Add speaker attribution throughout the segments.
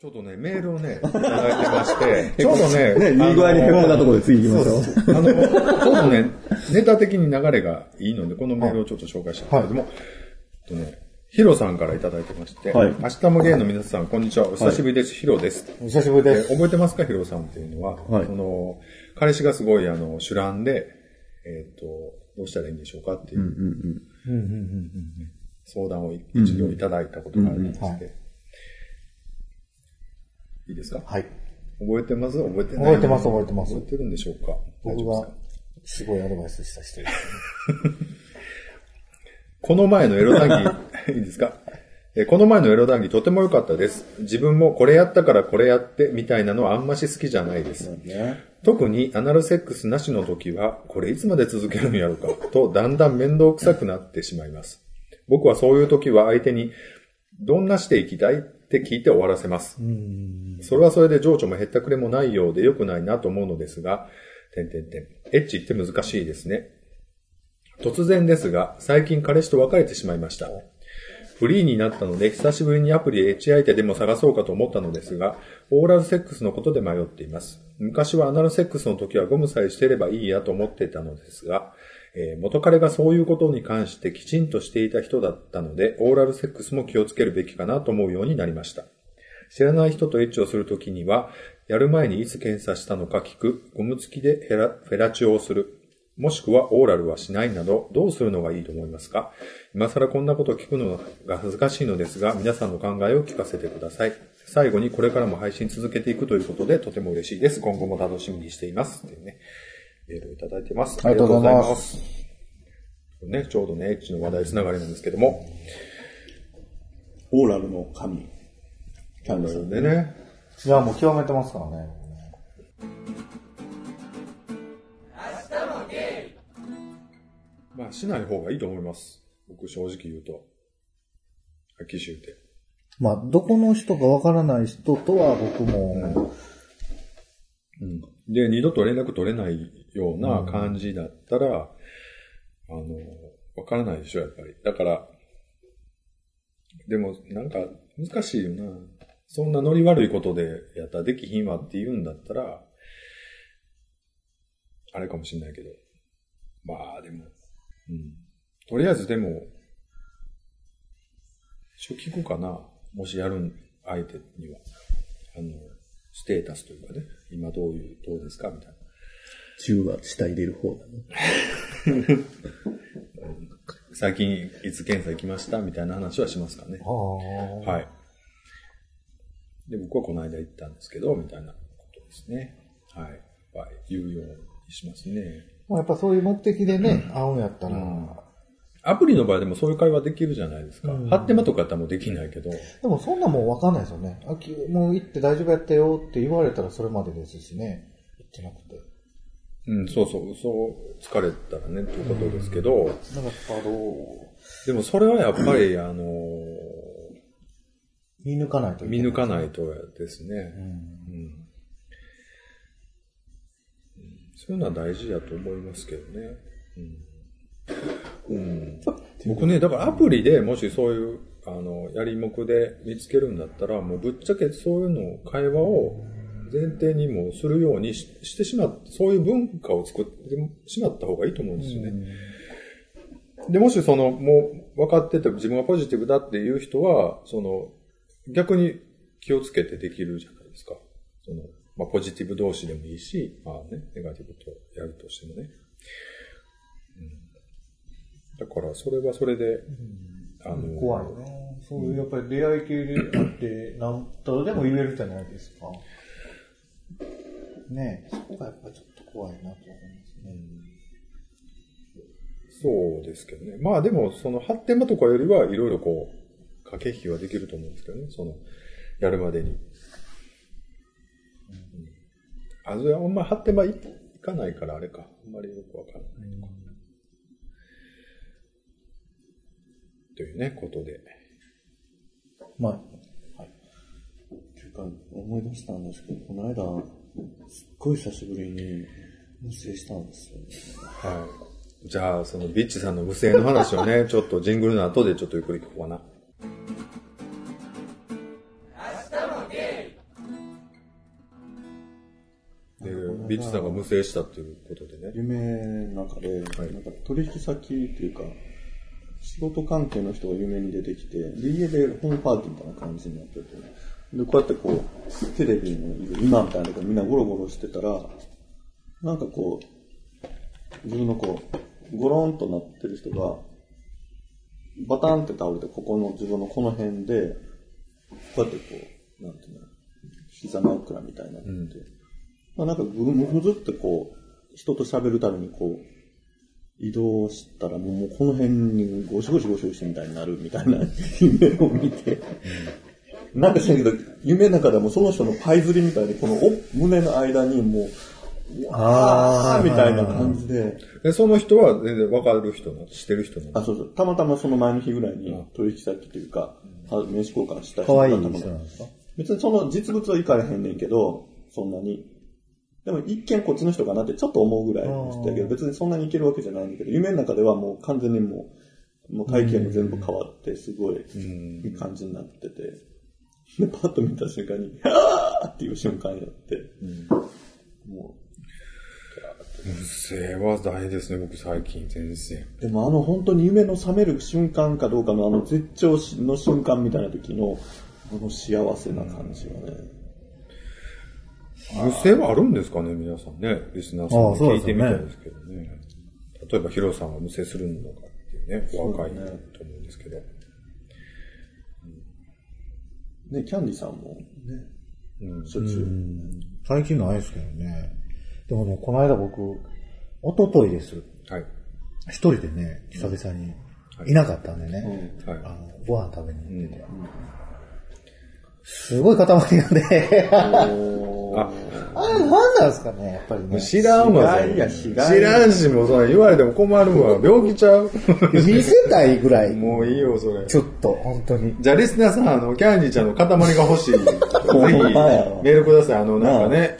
Speaker 1: ちょっとね、メールをね、いただいてまして、ちょうどね、
Speaker 2: ね、いい具合にへこんだところで次行きましょう。
Speaker 1: あの、ちょうどね、ネタ的に流れがいいので、このメールをちょっと紹介したいんですけども、えっとね、ヒロさんからいただいてまして、
Speaker 2: はい
Speaker 1: 明日もゲイの皆さん、こんにちは。お久しぶりです。ヒロです。
Speaker 3: お久しぶり
Speaker 1: え
Speaker 3: で
Speaker 1: ー
Speaker 3: す。
Speaker 1: 覚えてますか、ヒロさんっていうのは、
Speaker 2: はい
Speaker 1: その、彼氏がすごい、あの、主覧で、えっ、と、どうしたらいいんでしょうかっていう、
Speaker 3: うんうんうん
Speaker 1: 相談を一度いただいたことがありまして、
Speaker 3: うんうんはい
Speaker 1: いいですか
Speaker 3: はい。
Speaker 1: 覚えてます覚えてない
Speaker 3: 覚えてます覚えてます
Speaker 1: 覚えてるんでしょうか大丈
Speaker 3: 僕
Speaker 1: 夫です
Speaker 3: が
Speaker 1: か、
Speaker 3: すごいアドバイスした人です。
Speaker 1: この前のエロ談義、いいですかえーこの前のエロ談義とても良かったです。自分もこれやったからこれやってみたいなのはあんまし好きじゃないです。特にアナルセックスなしの時は、これいつまで続けるんやろか、とだんだん面倒くさくなってしまいます。僕はそういう時は相手に、どんなしていきたいって聞いて終わらせます。それはそれで情緒も減ったくれもないようで良くないなと思うのですが、てんてんてん。エッチって難しいですね。突然ですが、最近彼氏と別れてしまいました。フリーになったので、久しぶりにアプリでエッチ相手でも探そうかと思ったのですが、オーラルセックスのことで迷っています。昔はアナルセックスの時はゴムさえしてればいいやと思っていたのですが、えー元彼がそういうことに関してきちんとしていた人だったので、オーラルセックスも気をつけるべきかなと思うようになりました。知らない人とエッチをするときには、やる前にいつ検査したのか聞く、ゴム付きでヘラフェラチオをする、もしくはオーラルはしないなど、どうするのがいいと思いますか今更こんなこと聞くのが恥ずかしいのですが、皆さんの考えを聞かせてください。最後にこれからも配信続けていくということで、とても嬉しいです。今後も楽しみにしています。っていうね、メールをいただいてます。
Speaker 3: ありがとうございます。
Speaker 1: ね、ちょうどね、エッチの話題つながりなんですけども、
Speaker 2: オーラルの神。キャンドル
Speaker 1: でね、
Speaker 3: いや、もう極めてますからね。
Speaker 1: まあ、しない方がいいと思います。僕、正直言うと。はっきり言うて。
Speaker 3: まあ、どこの人かわからない人とは僕も、
Speaker 1: うん。で、二度と連絡取れないような感じだったら、あの、わからないでしょ、やっぱり。だから、でも、なんか、難しいよな。そんなノリ悪いことでやったらできひんわって言うんだったら、あれかもしんないけど。まあ、でも、うん。とりあえずでも、一応聞くかな。もしやるん相手には。あの、ステータスというかね、今どういう、どうですかみたいな。
Speaker 2: 中は下入れる方だね。
Speaker 1: 最近、いつ検査行きましたみたいな話はしますかね。
Speaker 3: あ
Speaker 1: はい。で、僕はこの間行ったんですけど、みたいなことですね。はい。は言うようにしますね。
Speaker 3: あ、やっぱそういう目的でね、会うんやったら、
Speaker 1: うんアプリの場合でもそういう会話できるじゃないですか。
Speaker 3: うん
Speaker 1: ハッテマとかやったらもうできないけど。
Speaker 3: でもそんなもんわかんないですよね。あきもう行って大丈夫やったよって言われたらそれまでですしね。行ってなくて。
Speaker 1: うん、そうそう、そう、疲れたらね、ということですけど、
Speaker 3: なんかやっぱどう、
Speaker 1: でもそれはやっぱり、あの
Speaker 3: 見抜かないといけ
Speaker 1: 見
Speaker 3: ない。
Speaker 1: 抜かないとですね。
Speaker 3: うん。
Speaker 1: うんそういうのは大事だと思いますけどね。うん。 うん、僕ね、だからアプリでもしそういう、あの、やりもくで見つけるんだったら、もうぶっちゃけそういうのを、会話を前提にもうするようにししてしまっそういう文化を作ってしまった方がいいと思うんですよね。で、もしその、もう分かってて自分がポジティブだっていう人は、その、逆に気をつけてできるじゃないですか。その、まあ、ポジティブ同士でもいいし、まあね、ネガティブとやるとしてもね。うん、だから、それはそれで、あの、
Speaker 3: 怖いよね。そういう、やっぱり出会い系であって、なんとでも言えるじゃないですか。ねえ、そこがやっぱちょっと怖いなと思いますね。
Speaker 1: そうですけどね。まあでも、その発展場とかよりはいろいろこう、駆け引きはできると思うんですけどね。その、やるまでに。あ、それはあんま発展場行かないからあれか。あんまりよくわからないとか。というね、ことで。
Speaker 3: まあ、
Speaker 4: っていうか、思い出したんですけど、この間、すっごい久しぶりに、無声したんですよ、ね。
Speaker 1: はい。じゃあ、そのビッチさんの無声の話を ね、ちょっとジングルの後でちょっとゆっくり聞こうかな。ビーチさんが無制したということでね。
Speaker 4: 夢の中で、
Speaker 1: はい
Speaker 4: なんか取引先っていうか、仕事関係の人が夢に出てきて、で、家でホームパーティーみたいな感じになってて、で、こうやってこう、テレビの今みたいなとこみんなゴロゴロしてたら、なんかこう、自分のこう、ゴロンとなってる人が、バタンって倒れて、ここの自分のこの辺で、こうやってこう、なんていうの、膝枕みたいになってて、まあ、なんかぐむぐずってこう、人と喋るためにこう、移動したらもうもうこの辺にゴシゴシゴシゴシみたいになるみたいな夢を見て、なんか知らんけど、夢の中でもその人のパイ釣りみたいで、このお胸の間にもう、うわ
Speaker 3: あ
Speaker 4: ーみ
Speaker 3: ー
Speaker 4: たいな感じで、
Speaker 1: で、その人は全然わかる人なのしてる人な
Speaker 4: あ、
Speaker 1: の
Speaker 4: そうそう、たまたまその前の日ぐらいに取引先というか、は名刺交換した
Speaker 3: 可
Speaker 4: 人が
Speaker 3: 愛
Speaker 4: た
Speaker 3: い
Speaker 4: また
Speaker 3: 人
Speaker 4: ま
Speaker 3: なんですか
Speaker 4: 別にその実物はいかれへんねんけど、そんなに。でも一見こっちの人かなってちょっと思うぐらいの人だけ
Speaker 3: あ
Speaker 4: ど、
Speaker 3: ー
Speaker 4: 別にそんなにいけるわけじゃないんだけど、夢の中ではもう完全にもう、もう体型も全部変わって、すごいいい感じになってて、で、パッと見た瞬間に、あーっていう瞬間になって、も
Speaker 1: 無制は大ですね、僕最近全然。
Speaker 4: う、でもあの本当に夢の覚める瞬間かどうかのあの絶頂の瞬間みたいな時の、あの幸せな感じはね、
Speaker 1: 無制はあるんですかね、皆さんね。リスナーさん
Speaker 3: ああ
Speaker 1: に
Speaker 3: そう
Speaker 1: 聞
Speaker 3: で
Speaker 1: い
Speaker 3: す
Speaker 1: て
Speaker 3: ね
Speaker 1: みたいですけどね。例えば、ヒロさんは無制するのかっていうね、お若いと思うんですけど。
Speaker 4: ね、キャンディさんもね、
Speaker 1: うん
Speaker 4: しょっちゅう。
Speaker 3: 最近ないですけどね。でもね、この間僕、一昨日です。
Speaker 1: はい。
Speaker 3: 一人でね、久々に、いなかったんでね、
Speaker 1: はい
Speaker 3: あのご飯食べに行ってて。すごい塊がね、
Speaker 1: あ、
Speaker 3: あれなんなんですかね、やっぱりね。
Speaker 1: 知らんわ、そ
Speaker 4: 知らんや知
Speaker 1: 知
Speaker 4: らんや
Speaker 1: らんし、もうそれ言われても困るわ。病気ちゃう
Speaker 3: 見せたいぐらい、
Speaker 1: もういいよ、それ。
Speaker 3: ちょっと、本当に。
Speaker 1: じゃあ、リスナーさん、あの、キャンディーちゃんの塊が欲しい。ぜひ、メールください。あの、なんかね、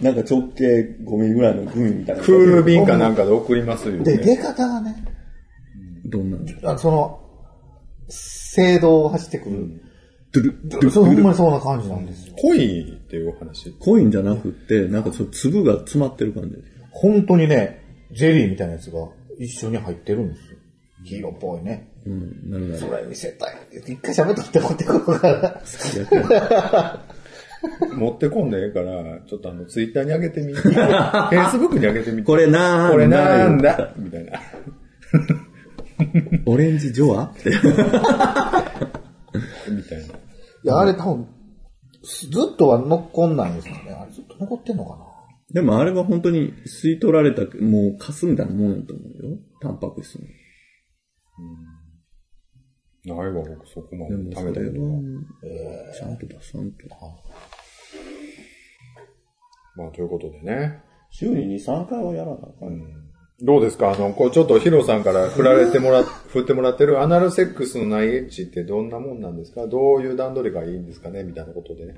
Speaker 4: なんか直径5ミリぐらいのグミみたいな。
Speaker 1: クール便かなんかで送りますよ、
Speaker 3: で、
Speaker 1: ね。
Speaker 3: 出方がね、
Speaker 2: どんなの
Speaker 3: あその、聖堂を走ってくる。
Speaker 2: ドゥルドゥル
Speaker 3: そうほんまにそうな感じなんですよ。
Speaker 1: 恋っていうお話。
Speaker 2: コインじゃなくって、なんかその粒が詰まってる感じ。
Speaker 3: 本当にね、ジェリーみたいなやつが一緒に入ってるんですよ。黄色っぽいね。
Speaker 2: うん、なるほ
Speaker 3: それ見せたい。一回喋っとって持ってこうから。
Speaker 2: ど。
Speaker 1: 持ってこんでええから、ちょっとあの、ツイッターに上げてみ。フェイスブックに上げてみ。
Speaker 2: これなんだ
Speaker 1: これなんだみたいな。
Speaker 2: オレンジジョアって。
Speaker 1: みたいな。
Speaker 3: いや、あれ多分、ずっとは残んないですよね。あれずっと残ってんのかな。
Speaker 2: でもあれは本当に吸い取られた、もうカスみたいなもんやと思うよ。タンパク質の。
Speaker 1: ないわ、僕そこま
Speaker 2: で
Speaker 1: で
Speaker 2: もそ
Speaker 1: 食べた
Speaker 2: れ
Speaker 1: け
Speaker 2: は
Speaker 1: どな。、
Speaker 2: ちゃんと出さんと。
Speaker 1: まあ、ということでね。
Speaker 4: 週に2、3回はやらなあかん。
Speaker 1: どうですかあの、こう、ちょっとヒロさんから振られてもら、振ってもらってるアナルセックスのないエッチってどんなもんなんですかどういう段取りがいいんですかねみたいなことでね。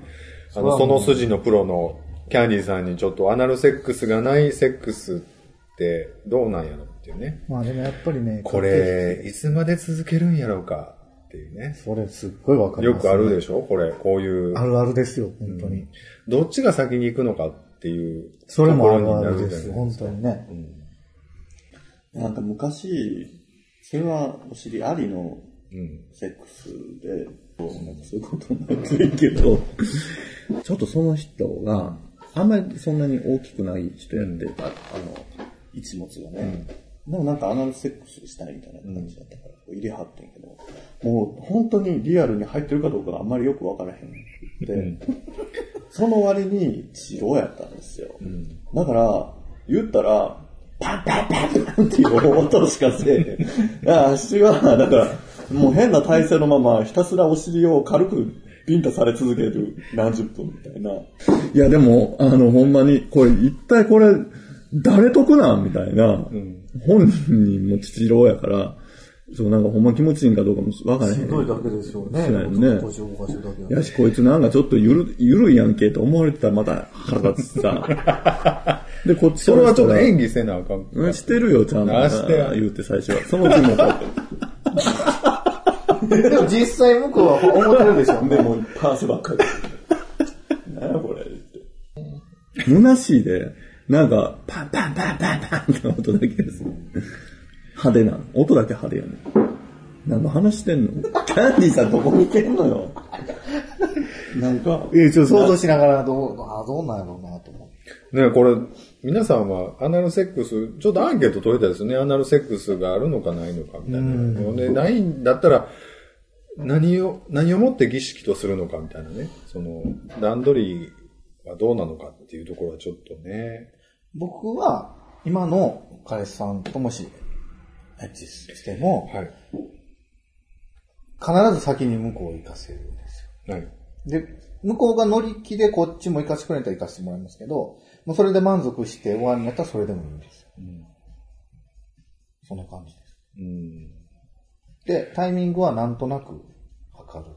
Speaker 1: あの、その筋のプロのキャンディーさんにちょっとアナルセックスがないセックスってどうなんやろっていうね。
Speaker 3: まあでもやっぱりね、
Speaker 1: これ、いつまで続けるんやろうかっていうね。
Speaker 3: それすっごいわかり
Speaker 1: よ
Speaker 3: ます、
Speaker 1: くあるでしょこれ、こういう
Speaker 3: あ。るあるですよ、本当に。
Speaker 1: どっちが先に行くのかっていう。
Speaker 3: それもある
Speaker 1: ところ
Speaker 3: あるで
Speaker 1: になるじゃないです
Speaker 3: す、
Speaker 1: か
Speaker 3: 本当にね。
Speaker 4: なんか昔、それはお尻ありのセックスで、なんかそういうことになってるけど、
Speaker 2: ちょっとその人が、あんまりそんなに大きくない人やって、
Speaker 4: あの、一物がね、でもなんかアナルセックスしたいみたいな感じだったから、こう入れはってんけど、もう本当にリアルに入ってるかどうかがあんまりよくわからへんで、その割に白やったんですよ。だから、言ったら、パンパンパンパンっていう音しかせえへん。だから足は、だから、もう変な体勢のままひたすらお尻を軽くビンタされ続ける何十分みたいな。
Speaker 2: いやでも、あの、ほんまに、これ一体これ、誰得なんみたいな、本人も父郎やから、そうなんかほんま気持ちいいんかどうかもわからへん。
Speaker 3: けでしょ
Speaker 2: そ
Speaker 3: う
Speaker 2: うやね
Speaker 3: し動かしてるだけ
Speaker 2: やし、こいつなんかちょっとゆる、ゆるいやんけと思われてたらまた腹立つさ。で、こっち
Speaker 1: それはちょっと演
Speaker 2: 技。
Speaker 1: 技せなあかん。
Speaker 2: うんしてるよ、ちゃん
Speaker 1: あして
Speaker 2: と。言うて最初は。そのうちもこ
Speaker 3: でも実際向こうは思ってるでしょ。
Speaker 4: で もういっぱい汗ばっかり。何やこれって。
Speaker 2: う、虚しいで、なんか、パンパンパンパンパンって音だけですね。派手な。音だけ派手やね。何の話してんの
Speaker 4: キャンディーさんどこに行けんのよ。なんか、
Speaker 2: え、ちょ、
Speaker 3: 想
Speaker 2: そう
Speaker 3: 像しながら、どう、あどうなんやろうなと思う。
Speaker 1: ねこれ、皆さんはアナルセックス、ちょっとアンケート取れたですね。アナルセックスがあるのかないのかみたいな。で、ないんだったら、何を、何をもって儀式とするのかみたいなね。その、段取りはどうなのかっていうところはちょっとね。
Speaker 3: 僕は、今の彼氏さんともし、エッチしても、
Speaker 1: はい。
Speaker 3: 必ず先に向こうを行かせるんですよ。
Speaker 1: はい。
Speaker 3: で、向こうが乗り気でこっちも行かせてくれたら行かせてもらいますけど、もうそれで満足して終わりになったらそれでもいいんですよ。そんな感じです。
Speaker 1: うん。
Speaker 3: で、タイミングはなんとなく測る。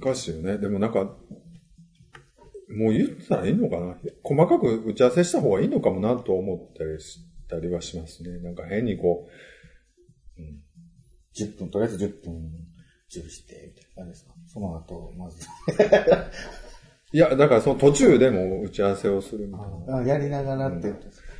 Speaker 1: 難しいよね。でもなんか、もう言ったらいいのかな細かく打ち合わせした方がいいのかもなと思ったりしたりはしますね。なんか変にこ
Speaker 3: 10分、とりあえず10分、準備して、みたいな感じですか。その後、まず、
Speaker 1: う、いや、だからその途中でも打ち合わせをするみたいな。
Speaker 3: あやりながらって、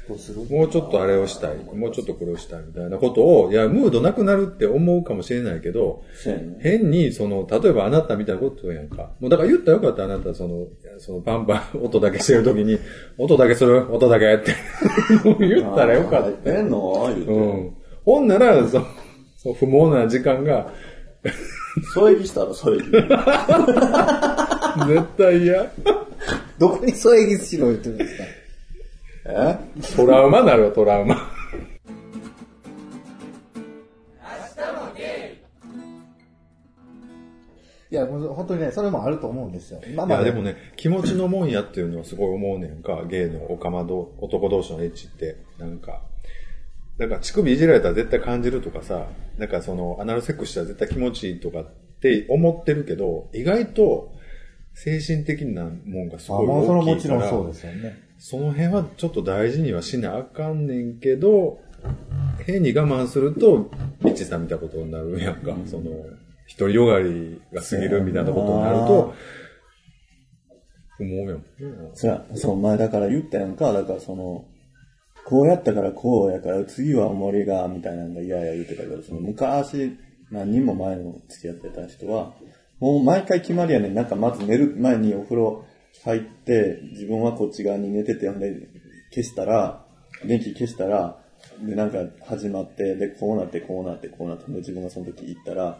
Speaker 3: どうする
Speaker 1: もうちょっとあれをしたい、もうちょっとこれをしたいみたいなことを、いや、ムードなくなるって思うかもしれないけど、
Speaker 4: そうやね。
Speaker 1: 変に、その、例えばあなたみたいなことやんか。もうだから言ったらよかった、あなた、その、そのパンパン、音だけしてるときに、音だけする、音だけって。 もう言ったらよか
Speaker 4: 入
Speaker 1: っ。
Speaker 4: ったてんの言うて。
Speaker 1: うん。ほんなら、そそう不毛な時間が、
Speaker 4: 添え木したら添え 木。
Speaker 1: 絶対嫌。
Speaker 3: どこに添え木しろ言ってるん ですか
Speaker 4: え
Speaker 1: トラウマなるよ、トラウマ。
Speaker 3: いや、もう本当にね、それもあると思うんですよ。まあ
Speaker 1: いや、でもね、気持ちのもんやっていうのはすごい思うねんか、芸のオカマど男同士のエッチって、なんか。だから乳首いじられたら絶対感じるとかさ、なんかその、アナルセックスしたら絶対気持ちいいとかって思ってるけど、意外と精神的なもんがす
Speaker 3: あ
Speaker 1: ごい
Speaker 3: もうそれは
Speaker 1: 大
Speaker 3: も
Speaker 1: き
Speaker 3: ち
Speaker 1: いか
Speaker 3: ろ
Speaker 1: ら、。
Speaker 3: んそうですすよね。
Speaker 1: その辺はちょっと大事にはしなあかんねんけど、変に我慢すると、ビッチさんみたいなことになるやんか、その、独りよがりが過ぎるみたいなことになると、思うやん。
Speaker 4: そら、そう、前だから言ったやんか、だからその、こうやったからこうやから、次は森が、みたいなのが嫌や言うてたけど、その昔、何人も前の付き合ってた人は、もう毎回決まりやねん。なんかまず寝る前にお風呂入って、自分はこっち側に寝てて、ほんで、消したら、電気消したら、で、なんか始まって、で、こうなって、こうなって、こうなって、ほんで自分がその時行ったら、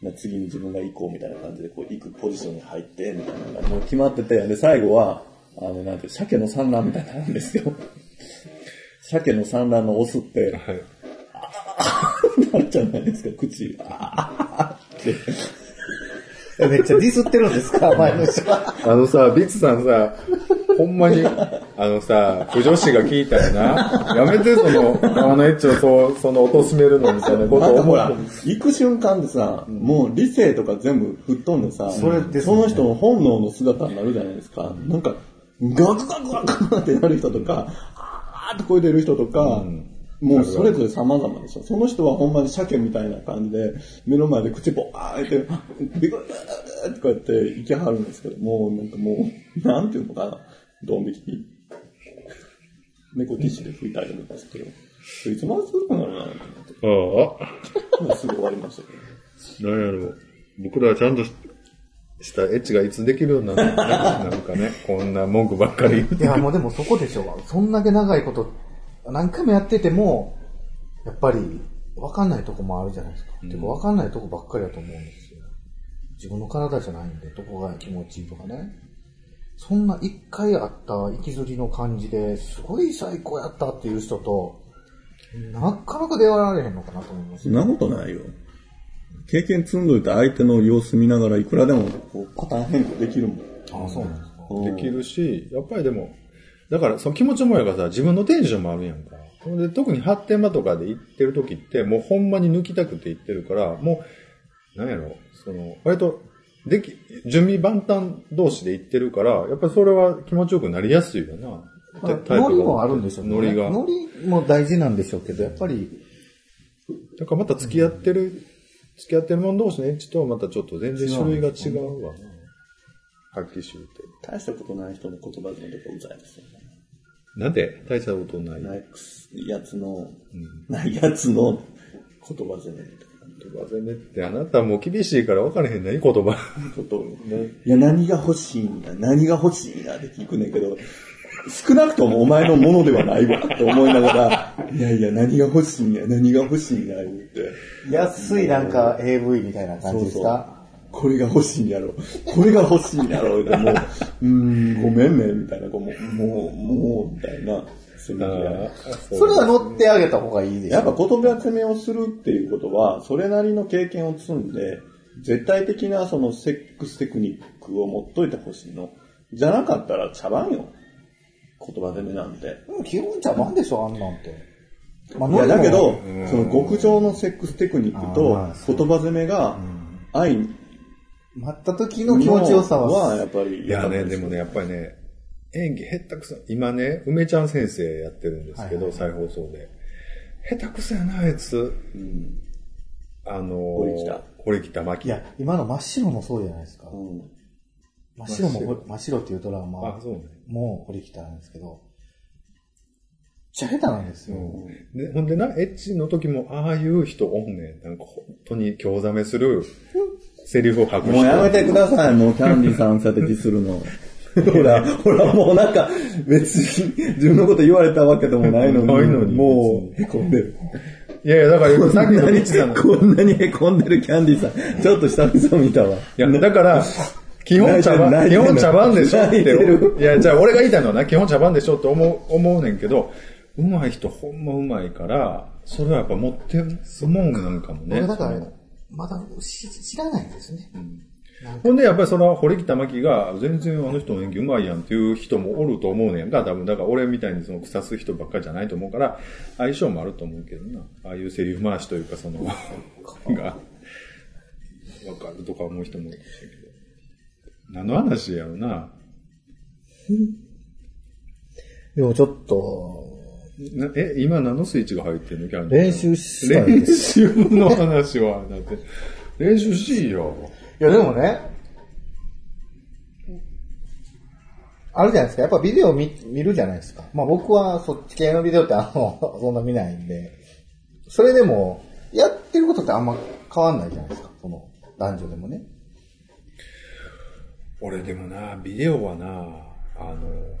Speaker 4: な次に自分が行こうみたいな感じで、こう行くポジションに入って、みたいなのがもう決まってて、で、最後は、あの、なんて、鮭の産卵みたいになるんですよ。鮭の産卵のオスって、
Speaker 1: はい。
Speaker 4: なるじゃないですか、口。あーって。
Speaker 3: めっちゃディスってるんです か、前の人は。
Speaker 1: あのさ、ビッツさんさ、ほんまに、あのさ、不女子が聞いたらな、やめてその、あのエッチをそう、その、貶めるのみたいなこと
Speaker 4: ま
Speaker 1: を思
Speaker 4: たほ
Speaker 1: う。
Speaker 4: ら、行く瞬間でさ、もう理性とか全部吹っ飛んでさ、
Speaker 3: それですね
Speaker 4: その人の本能の姿になるじゃないですか。なんか、ガクガクガクガクってなる人とか、あーって声出る人とか、もうそれぞれ様々でしょ。その人はほんまに鮭みたいな感じで、目の前で口ぽあーって、ビクッってこうやって行きはるんですけど、もうなんかもう、なんていうのかな、ドン引き。猫ティッシュで拭いてあげるんですけど、それいつまで続くのかなって思って。
Speaker 1: ああ、
Speaker 4: まあすぐ終わりましたけど。
Speaker 1: なんやろう。僕らはちゃんとししたエッチがいつできるようになるなるか ね、こんな文句ばっかり言って
Speaker 3: いや、もうでもそこでしょ。そんだけ長いこと、何回もやってても、やっぱり、わかんないとこもあるじゃないですか。てか、わかんないとこばっかりだと思うんですよ。自分の体じゃないんで、どこが気持ちいいとかね。そんな一回あった息きずりの感じですごい最高やったっていう人と、なかなか出会われへんのかなと思います
Speaker 2: そん。なことないよ。経験積んどいて相手の様子見ながらいくらでも、
Speaker 4: こうパターン変更できるもん。
Speaker 3: ああ、そうなんですか。
Speaker 1: できるし、やっぱりでも、だからその気持ちもやからさ、自分のテンションもあるやんか。ほんで特に発展場とかで行ってる時って、もうほんまに抜きたくて行ってるから、もう、なんやろ、その、割と、でき、準備万端同士で行ってるから、やっぱりそれは気持ちよくなりやすいよな。
Speaker 3: まあ
Speaker 1: タイプが
Speaker 3: ノリもあるんでしょう
Speaker 1: ノリが。
Speaker 3: ノリも大事なんでしょうけど、やっぱり、
Speaker 1: だからまた付き合ってる、付き合ってる者同士のエッチとはまたちょっと全然種類が違うわな。発揮集って。
Speaker 4: 大したことない人の言葉でもとかうざいですよね。
Speaker 1: なんで大したことない。
Speaker 4: ないくすやつの、ないやつの言葉攻めとか。
Speaker 1: 言葉攻めって、あなたもう厳しいから分からへんない言葉。
Speaker 4: ちょっと、いや、何が欲しいんだ、何が欲しいんだって聞くねんけど、少なくともお前のものではないわって思いながら、いやいや、何が欲しいんや、何が欲しいんや、言って。
Speaker 3: 安いなんか AV みたいな感じですか
Speaker 4: これが欲しいんやろ。これが欲しいんやろ。でもう、うーん、ごめんね、みたいな、こうもう、もう、もう、みたいな、せめぎ合い
Speaker 3: それは乗ってあげた方がいいでし
Speaker 4: やっ
Speaker 3: ょ。
Speaker 4: ぱ言葉攻めをするっていうことは、それなりの経験を積んで、絶対的なそのセックステクニックを持っといてほしいの。じゃなかったら茶番よ。言葉攻めなんて。
Speaker 3: うん基本茶番でしょ、あんなんて。まあ
Speaker 4: いや、だけ、
Speaker 3: 乗
Speaker 4: ど
Speaker 3: る、
Speaker 4: その極上のセックステクニックと
Speaker 3: あーまあそう
Speaker 4: 言葉攻めが、愛の
Speaker 3: の待った時の気持ちよさは、
Speaker 4: やっぱり。
Speaker 1: いやね、でもね、やっぱりね、演技下手くそ。今ね、梅ちゃん先生やってるんですけど、再放送で。下手くそやな、あいつ。
Speaker 4: うん。
Speaker 1: あのー、
Speaker 4: 堀北
Speaker 1: 堀北真
Speaker 3: い
Speaker 1: 希。
Speaker 3: や、今の真っ白もそうじゃないですか
Speaker 4: う。ん。
Speaker 3: 真っ白も、真っ白っていうドラ
Speaker 1: あ
Speaker 3: マ、
Speaker 1: そうね。
Speaker 3: も堀北なんですけど、めっちゃ下手なんですよ。
Speaker 1: でほんでな、エッチの時も、ああいう人おんねん。なんか本当に興ざめする、セリフを吐く人。
Speaker 2: もうやめてください、もうキャンディーさんさてディスる の。ほら、ほら、もうなんか、別に、自分のこと言われたわけでもないのに、
Speaker 1: ないのに
Speaker 2: もう、へこんでる。
Speaker 1: いやいや、だから、さっきのミッチ さんの。い
Speaker 2: こんなにへこんでるキャンディーさん、ちょっと久々見たわ。
Speaker 1: や、だから、基本茶
Speaker 2: 泣
Speaker 1: 番、
Speaker 2: いて
Speaker 1: 基
Speaker 2: る
Speaker 1: 本茶番でしょっ
Speaker 2: 泣いてる
Speaker 1: て。いや、じゃあ俺が言いたいのはな、基本茶番でしょって思う、思うねんけど、上手い人ほんま上手いから、それはやっぱ持ってすもんなんかもね
Speaker 3: 俺。だから、まだ知知らないんですね。
Speaker 1: ほんで、やっぱりその堀北真希が、全然あの人の演技うまいやんっていう人もおると思うねんか、多分。だから俺みたいにその腐す人ばっかりじゃないと思うから、相性もあると思うけどな。ああいうセリフ回しというか、その、が、わかるとか思う人もいるけど。何の話やろな。
Speaker 3: でもちょっと、
Speaker 1: なえ、今何のスイッチが入ってんのキャンディー
Speaker 3: 練習したいで
Speaker 1: 練
Speaker 3: す。
Speaker 1: 習の話は、だって、練習しいよ。
Speaker 3: いやでもね、あるじゃないですか。やっぱビデオ見見るじゃないですか。まあ僕はそっち系のビデオってあの、 そんな見ないんで、それでも、やってることってあんま変わんないじゃないですか。その、男女でもね。
Speaker 1: 俺でもな、ビデオはな、あの、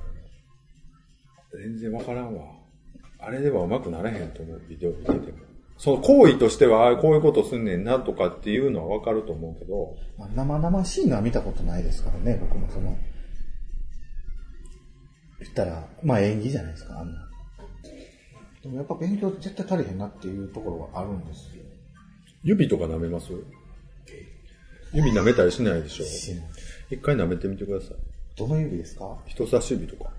Speaker 1: 全然わからんわ。あれでは上手くなれへんと思う、ビデオ見てても。その行為としては、あこういうことすんねんなとかっていうのはわかると思うけど、
Speaker 3: まあ生々しいのは見たことないですからね、僕もその、言ったら、まあ演技じゃないですか、あんな。でもやっぱ勉強絶対足りへんなっていうところはあるんですよ。
Speaker 1: 指とか舐めます指舐めたりしないでしょ
Speaker 3: しない
Speaker 1: 一回舐めてみてください。
Speaker 3: どの指ですか
Speaker 1: 人差し指とか。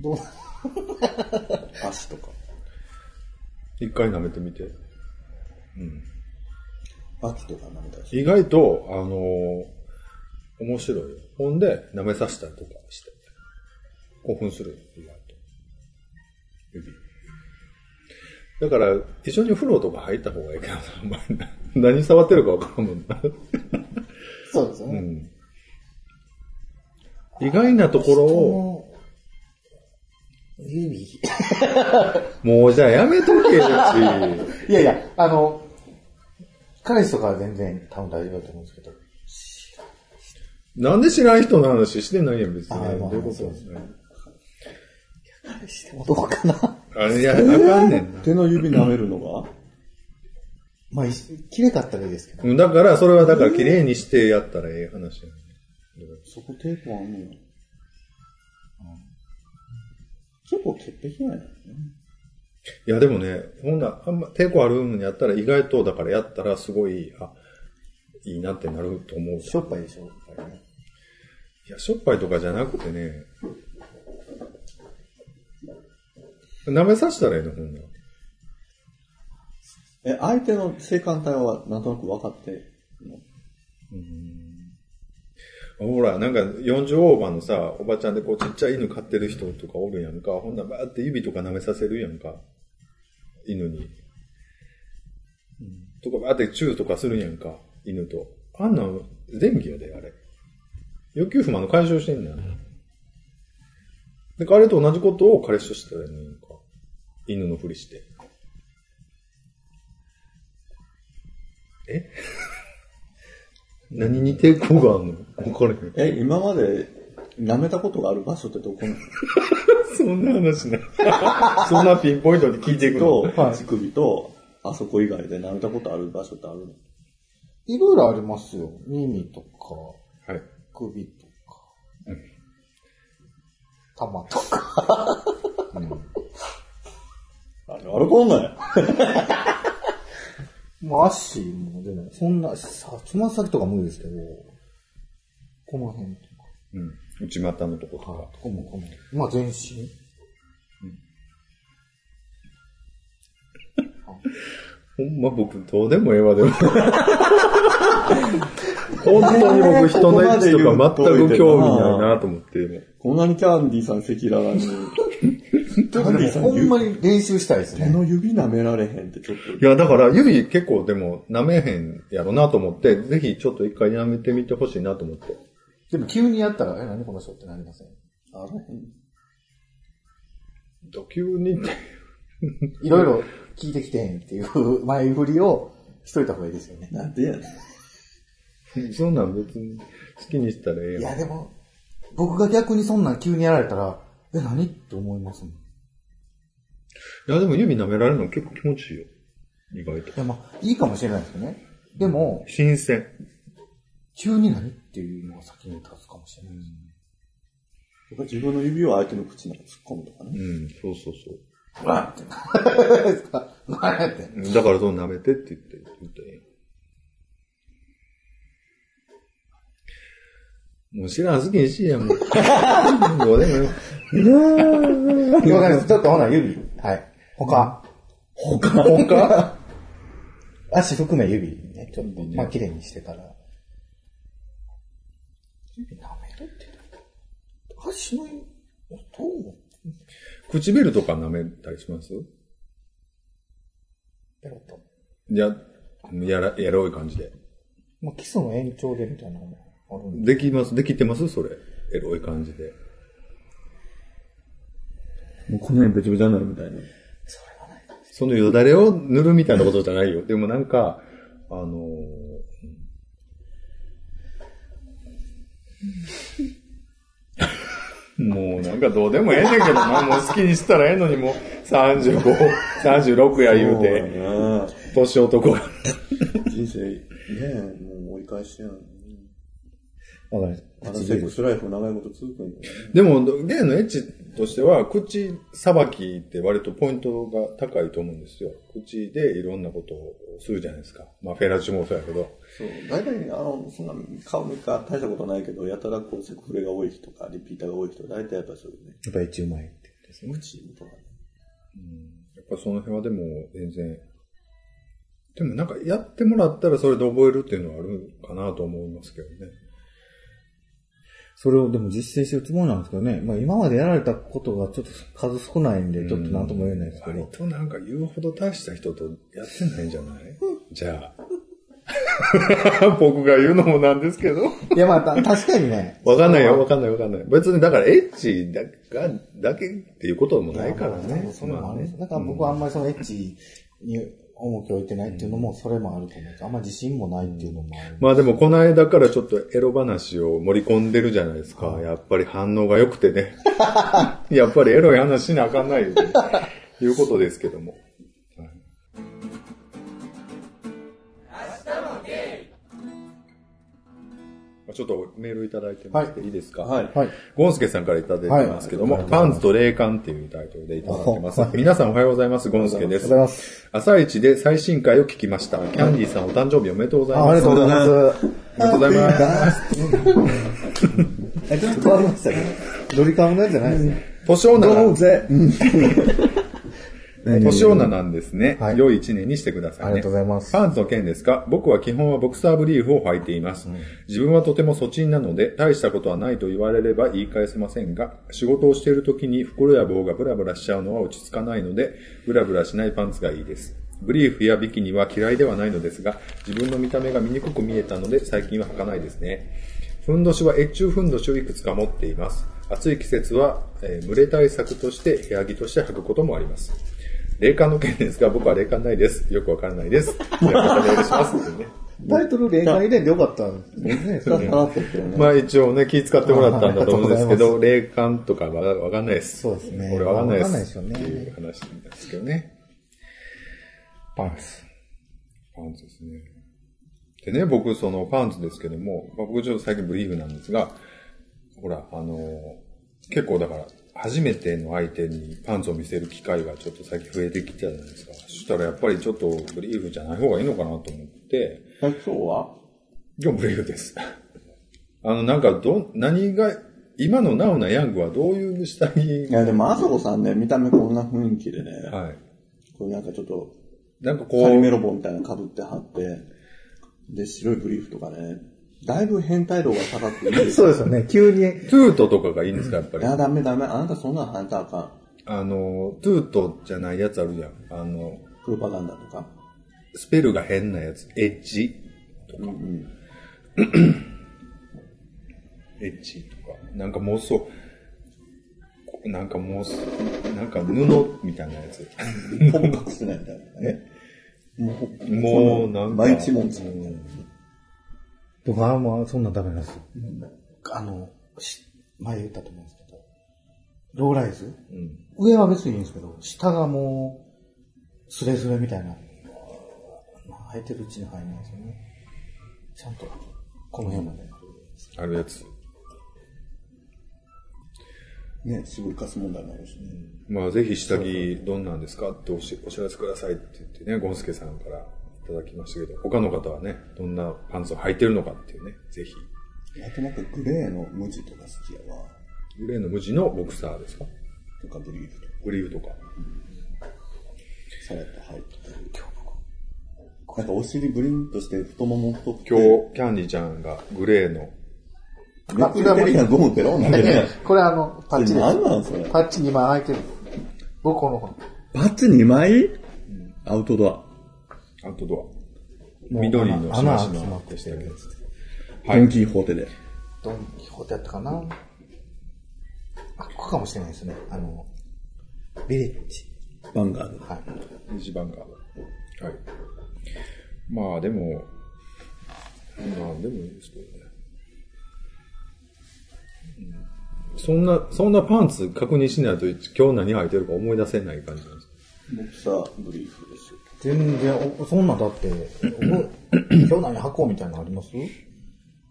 Speaker 3: どう
Speaker 4: 足とか。
Speaker 1: 一回舐めてみて。
Speaker 4: 秋とか舐めたりして。
Speaker 1: 意外と、あの面白いよ。ほんで、舐めさせたりとかして。興奮するよ、意外と。指。だから、一緒に風呂とか入った方がいいけどな、お前な 何触ってるかわからんもんな。
Speaker 3: そうですよね。
Speaker 1: 意外なところを、
Speaker 3: この指。 い
Speaker 1: もうじゃあやめとけよ、
Speaker 3: やいや、あの、彼氏とかは全然多分大丈夫だと思うんですけど。
Speaker 1: ち。なんで知らん人の話してないやん、別に。
Speaker 3: あま
Speaker 1: ど
Speaker 3: あ
Speaker 1: ういうこ
Speaker 3: そ
Speaker 1: と
Speaker 3: う
Speaker 1: で
Speaker 3: ですす
Speaker 1: ね。
Speaker 3: 彼氏でもどうかな。
Speaker 1: あいや、あかんねんな。
Speaker 4: 手の指舐めるのが
Speaker 3: まあ、い綺麗かったらいいですけど。
Speaker 1: うんだから、それはだから綺麗にしてやったらええ話やね。
Speaker 4: そこ抵抗あんねや。結構潔癖なんやね。
Speaker 1: いや、でもね、ほんならあんま抵抗あるのにやったら、意外と、だからやったら、すごい、あ、いいなってなると思う。
Speaker 3: しょっぱいでしょ。
Speaker 1: いや、しょっぱいとかじゃなくてね、舐めさせたらいいの、ほんなら
Speaker 4: え、相手の性感帯はなんとなく分かってるの
Speaker 1: ほら、なんか40オーバーのさ、おばちゃんでこうちっちゃい犬飼ってる人とかおるやんか。ほんならバーって指とか舐めさせるやんか。犬に。とかバーってチューとかするやんか。犬と。あんなん前期やで、あれ。欲求不満の解消してんねん。で、彼と同じことを彼氏としたらいいのか。犬のふりして。え 何に抵抗があるの分 からへん。
Speaker 4: え、今まで舐めたことがある場所ってどこなの
Speaker 1: そんな話な。 そんなピンポイントで聞いていくの。
Speaker 4: と、乳首と、あそこ以外で舐めたことある場所ってあるの
Speaker 3: いろいろありますよ。耳とか、
Speaker 1: はい。
Speaker 3: 首とか、玉とか。
Speaker 4: あれ、あれこんなんや。
Speaker 3: まあ、足も出ない。そんな、さ、つま先とか無理ですけど、この辺と
Speaker 1: うん。内股のとこと
Speaker 3: か、
Speaker 1: か。
Speaker 3: はい、ここもこの辺。まあ、全身。
Speaker 1: ほんま僕、どうでもええわ、でも。 本当に僕、人の位置とか全く興味ないなと思って。
Speaker 4: こんなにキャンディーさん赤裸々に、キャンディーさん
Speaker 3: ほん
Speaker 4: 指
Speaker 3: まに練習したいです
Speaker 4: 手
Speaker 3: ね。
Speaker 4: の指舐められへんってちょっ
Speaker 1: いや、だから、指結構でも、舐めへんやろなと思って、ぜひちょっと一回舐めてみてほしいなと思って。
Speaker 3: でも急にやったら、え、何この人ってなりません
Speaker 4: と、あらへん。
Speaker 1: ドキュにって。
Speaker 3: いろいろ聞いてきてへんっていう 前振りをしといた方がいいですよね。
Speaker 4: なんでやね ん。
Speaker 1: そんなん別に好きにしたらええ
Speaker 3: い
Speaker 1: や
Speaker 3: や、
Speaker 1: ん。
Speaker 3: でも、僕が逆にそんなん急にやられたら、え、何って思いますもん。い
Speaker 1: いや、でも指舐められるの結構気持ちいいよ。意外と。
Speaker 3: や、まあ、いいかもしれないですけどね。でも、
Speaker 1: 新鮮。
Speaker 3: 急に何っていうのが先に立つかもしれないですね。
Speaker 4: やっぱ自分の指を相手の口の中に突っ込むとか
Speaker 1: う
Speaker 4: ね。
Speaker 1: ん、そうそうそう
Speaker 3: わって。 ですかうわって。
Speaker 1: う。だから、そう舐めてって言って、言ったらええやんもう知らん、好きにしいやん、もう。どうでもよ。
Speaker 3: 了解です。ちょっとほな、指。はい。他。他 他足含め指ね、ちょっと、まあ、綺麗にしてから。指舐めるって。足の音を
Speaker 1: 唇とか舐めたりします
Speaker 3: ペロッと。
Speaker 1: や、やら、やろうい感じで。
Speaker 3: まあ、基礎の延長でみたいなのもあるんで。
Speaker 1: できます、できてますそれ。エロい感じで。
Speaker 2: もうこの辺べちゃべちゃになるみたいな。
Speaker 1: そのよだれを塗るみたいなことじゃないよ。でもなんか、あのーうんもうなんかどうでもええねんけどな、もう好きにしたらええのにもう35、36や言うて、
Speaker 4: そう
Speaker 1: 年男が。
Speaker 4: やな人生、ねえ、もう折り返しやん。
Speaker 3: わかりました
Speaker 4: あのセックスライフ長いこと続くんだよね。
Speaker 1: でも、ゲイのエッチとしては、口さばきって割とポイントが高いと思うんですよ。口でいろんなことをするじゃないですか。まあ、フェラチオもそうやけど。
Speaker 4: そう。大体、あの、そんな顔見か大したことないけど、やたらこうセクフレが多い人か、リピーターが多い人、大体やっぱそういうね。
Speaker 3: やっぱり一うまいってことですね。
Speaker 4: チームとかね。
Speaker 1: やっぱその辺はでも全然、でもなんかやってもらったらそれで覚えるっていうのはあるかなと思いますけどね。
Speaker 3: それをでも実践してるつもりなんですけどね。まあ今までやられたことがちょっと数少ないんで、ちょっとなんとも言えないですけ
Speaker 1: 割
Speaker 3: ど。
Speaker 1: となんか言うほど大した人とやってないんじゃないじゃあ。 僕が言うのもなんですけど。
Speaker 3: いやまあた確かにね。
Speaker 1: わかんないよ、わかんないわかんない。別にだからエッチだがだけっていうこともないからね。
Speaker 3: それもあるんです
Speaker 1: まあね
Speaker 3: だから僕はあんまりそのエッチに重きを置いてないっていうのも、それもあると思う。あんまり自信もないっていうのもある。
Speaker 1: まあでもこの間からちょっとエロ話を盛り込んでるじゃないですか。やっぱり反応が良くて ね。やっぱりエロい話しなあかんないよ、ね、いうことですけども。はい、ちょっとメールいただいてまして、い、いですか
Speaker 4: はい。
Speaker 3: はい。
Speaker 1: ゴンスケさんからいただいてますけども、パンツと霊感っていうタイトルでいただいてます。皆さんおはようございます。ゴンスケです。
Speaker 3: おはようございます。
Speaker 1: 朝一で最新回を聞きました。キャンディーさんお誕生日おめでとうございます。
Speaker 3: ありがとうございます。
Speaker 1: ありがとうございます。
Speaker 3: え、ちょっと変わりましたけど。ドリカムのやつじゃないですね。
Speaker 1: 年女
Speaker 2: ど
Speaker 1: な
Speaker 2: う、ぜ
Speaker 1: 年女なんですね。
Speaker 3: はい
Speaker 1: 良い一年にしてくださいね。
Speaker 3: ありがとうございます
Speaker 1: パンツの件ですか僕は基本はボクサーブリーフを履いています。自分はとても粗陳なので、大したことはないと言われれば言い返せませんが、仕事をしている時に袋や棒がブラブラしちゃうのは落ち着かないので、ブラブラしないパンツがいいです。ブリーフやビキニは嫌いではないのですが、自分の見た目が醜く見えたので最近は履かないですね。ふんどしは越中ふんどしをいくつか持っています。暑い季節は、えー蒸れ対策として部屋着として履くこともあります。霊感の件ですが、僕は霊感ないです。よくわからないです。じゃあ、お願いします。というね
Speaker 3: タイトル例外でよかったんですね。
Speaker 4: ね、さらっと言ってるね。
Speaker 1: まあ一応ね、気使ってもらったんだと思うんですけど、霊感とかはわかんないです。
Speaker 3: そうですね
Speaker 1: これわかんないです。
Speaker 3: わかんないで
Speaker 1: って
Speaker 3: すよね
Speaker 1: いう話なんですけどね。
Speaker 3: パンツ。
Speaker 1: パンツですね。でね、僕、そのパンツですけども、まあ、僕ちょっと最近ブリーフなんですが、ほら、あのー結構だから、初めての相手にパンツを見せる機会がちょっと最近増えてきたじゃないですか。そしたらやっぱりちょっとブリーフじゃない方がいいのかなと思って、
Speaker 4: 今日は
Speaker 1: 今日ブレイクです。あの、なんか、ど、何が、今のナウなヤングはどういう下着
Speaker 4: いや、でも、あそこさんね、見た目こんな雰囲気でね、
Speaker 1: はい。
Speaker 4: これなんかちょっと、
Speaker 1: なんかこ
Speaker 4: カリメ
Speaker 1: う、
Speaker 4: ロボみたいなの被って貼って、で、白いブリーフとかね、だいぶ変態度が高く ていいです。
Speaker 3: そうですよね。急に。
Speaker 1: トゥートとかがいいんですか、やっぱ
Speaker 4: い
Speaker 1: り。
Speaker 4: や、ダメダメ、あなたそんなん貼ったらあかん。
Speaker 1: あの、トゥートじゃないやつあるじゃん。あの、
Speaker 4: プロパガンダ とか。
Speaker 1: スペルが変なやつ。エッジとか。 エッジとか。なんかもうそう、こなんかもうす、なんか布みたいなやつ。
Speaker 4: 本格しないみたいなね。もう、
Speaker 1: もう、なんか。
Speaker 4: 毎日もんつ
Speaker 1: うん
Speaker 3: 僕はもうそんなんダメなんですよ。あの、し前言ったと思うんですけど、ローライズ
Speaker 1: うん
Speaker 3: 上は別にいいんですけど、下がもう、スレスレみたいな。まあ、履いてるうちに入らないですよね。ちゃんと、この辺まで。
Speaker 1: あるやつ。
Speaker 4: ね、すごいカス問題もあるしね。
Speaker 1: まあ、ぜひ下着どんなんですかっておしお知らせくださいって言ってね、ゴンスケさんからいただきましたけど、他の方はね、どんなパンツを履いてるのかっていうね、ぜひ。
Speaker 4: あとなんかグレーの無地とか好きやわ。
Speaker 1: グレーの無地のボクサーですか
Speaker 4: とかブリーフとか、
Speaker 1: グリーフとか。
Speaker 4: さらっと入ってる。なんかお尻ブリンとして太もも太くて。
Speaker 1: 今日、キャンディちゃんがグレーの、
Speaker 4: めくれてるやん、ゴムペロンなんでね。
Speaker 3: これあの、
Speaker 4: こ
Speaker 3: パッ
Speaker 4: れ
Speaker 3: チです
Speaker 4: 何。なんそれ。
Speaker 3: パッチ2枚開いてる。僕この方。
Speaker 2: パッチ2枚アウトドア。
Speaker 1: アウトドア。緑のし
Speaker 3: 穴
Speaker 1: ま
Speaker 3: 穴
Speaker 1: し
Speaker 3: 開きま
Speaker 1: ま
Speaker 3: くしてるやつ。
Speaker 2: ドンキーホーテで。
Speaker 3: ドン・キホーテやったかな、あ、ここかもしれないですね。あの、ビレッジ。
Speaker 2: バンガード。
Speaker 3: はい。
Speaker 1: 一番か。はい。まあ、でも、まあ、でもいいですけどね。うんそんな、そんなパンツ確認しないと、今日何履いてるか思い出せない感じなんです。
Speaker 4: 僕さ、ブリーフですよ。
Speaker 3: 全然、おそんなんだって、 今日何箱みたいなのあります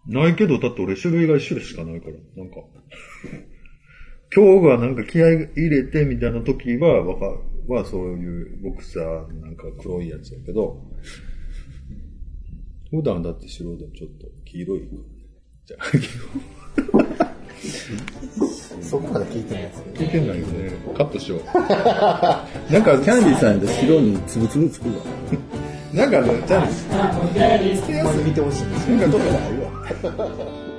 Speaker 1: ないけど、だって俺種類が一種類しかないから、なんか。今日がなんか気合い入れてみたいな時は、わかはそういうボクサーのなんか黒いやつやけど、普段だって白でちょっと黄色いからね。じゃあ、黄
Speaker 3: そこまで聞いてないですけ
Speaker 1: 色いてないよね。カットし よう。なんか、
Speaker 2: キャンディーさんで白につぶつぶつくわ。
Speaker 1: なんかね、じゃあ、
Speaker 3: ど。これ見てほしいんですよ。
Speaker 1: なんかちょっとないわ。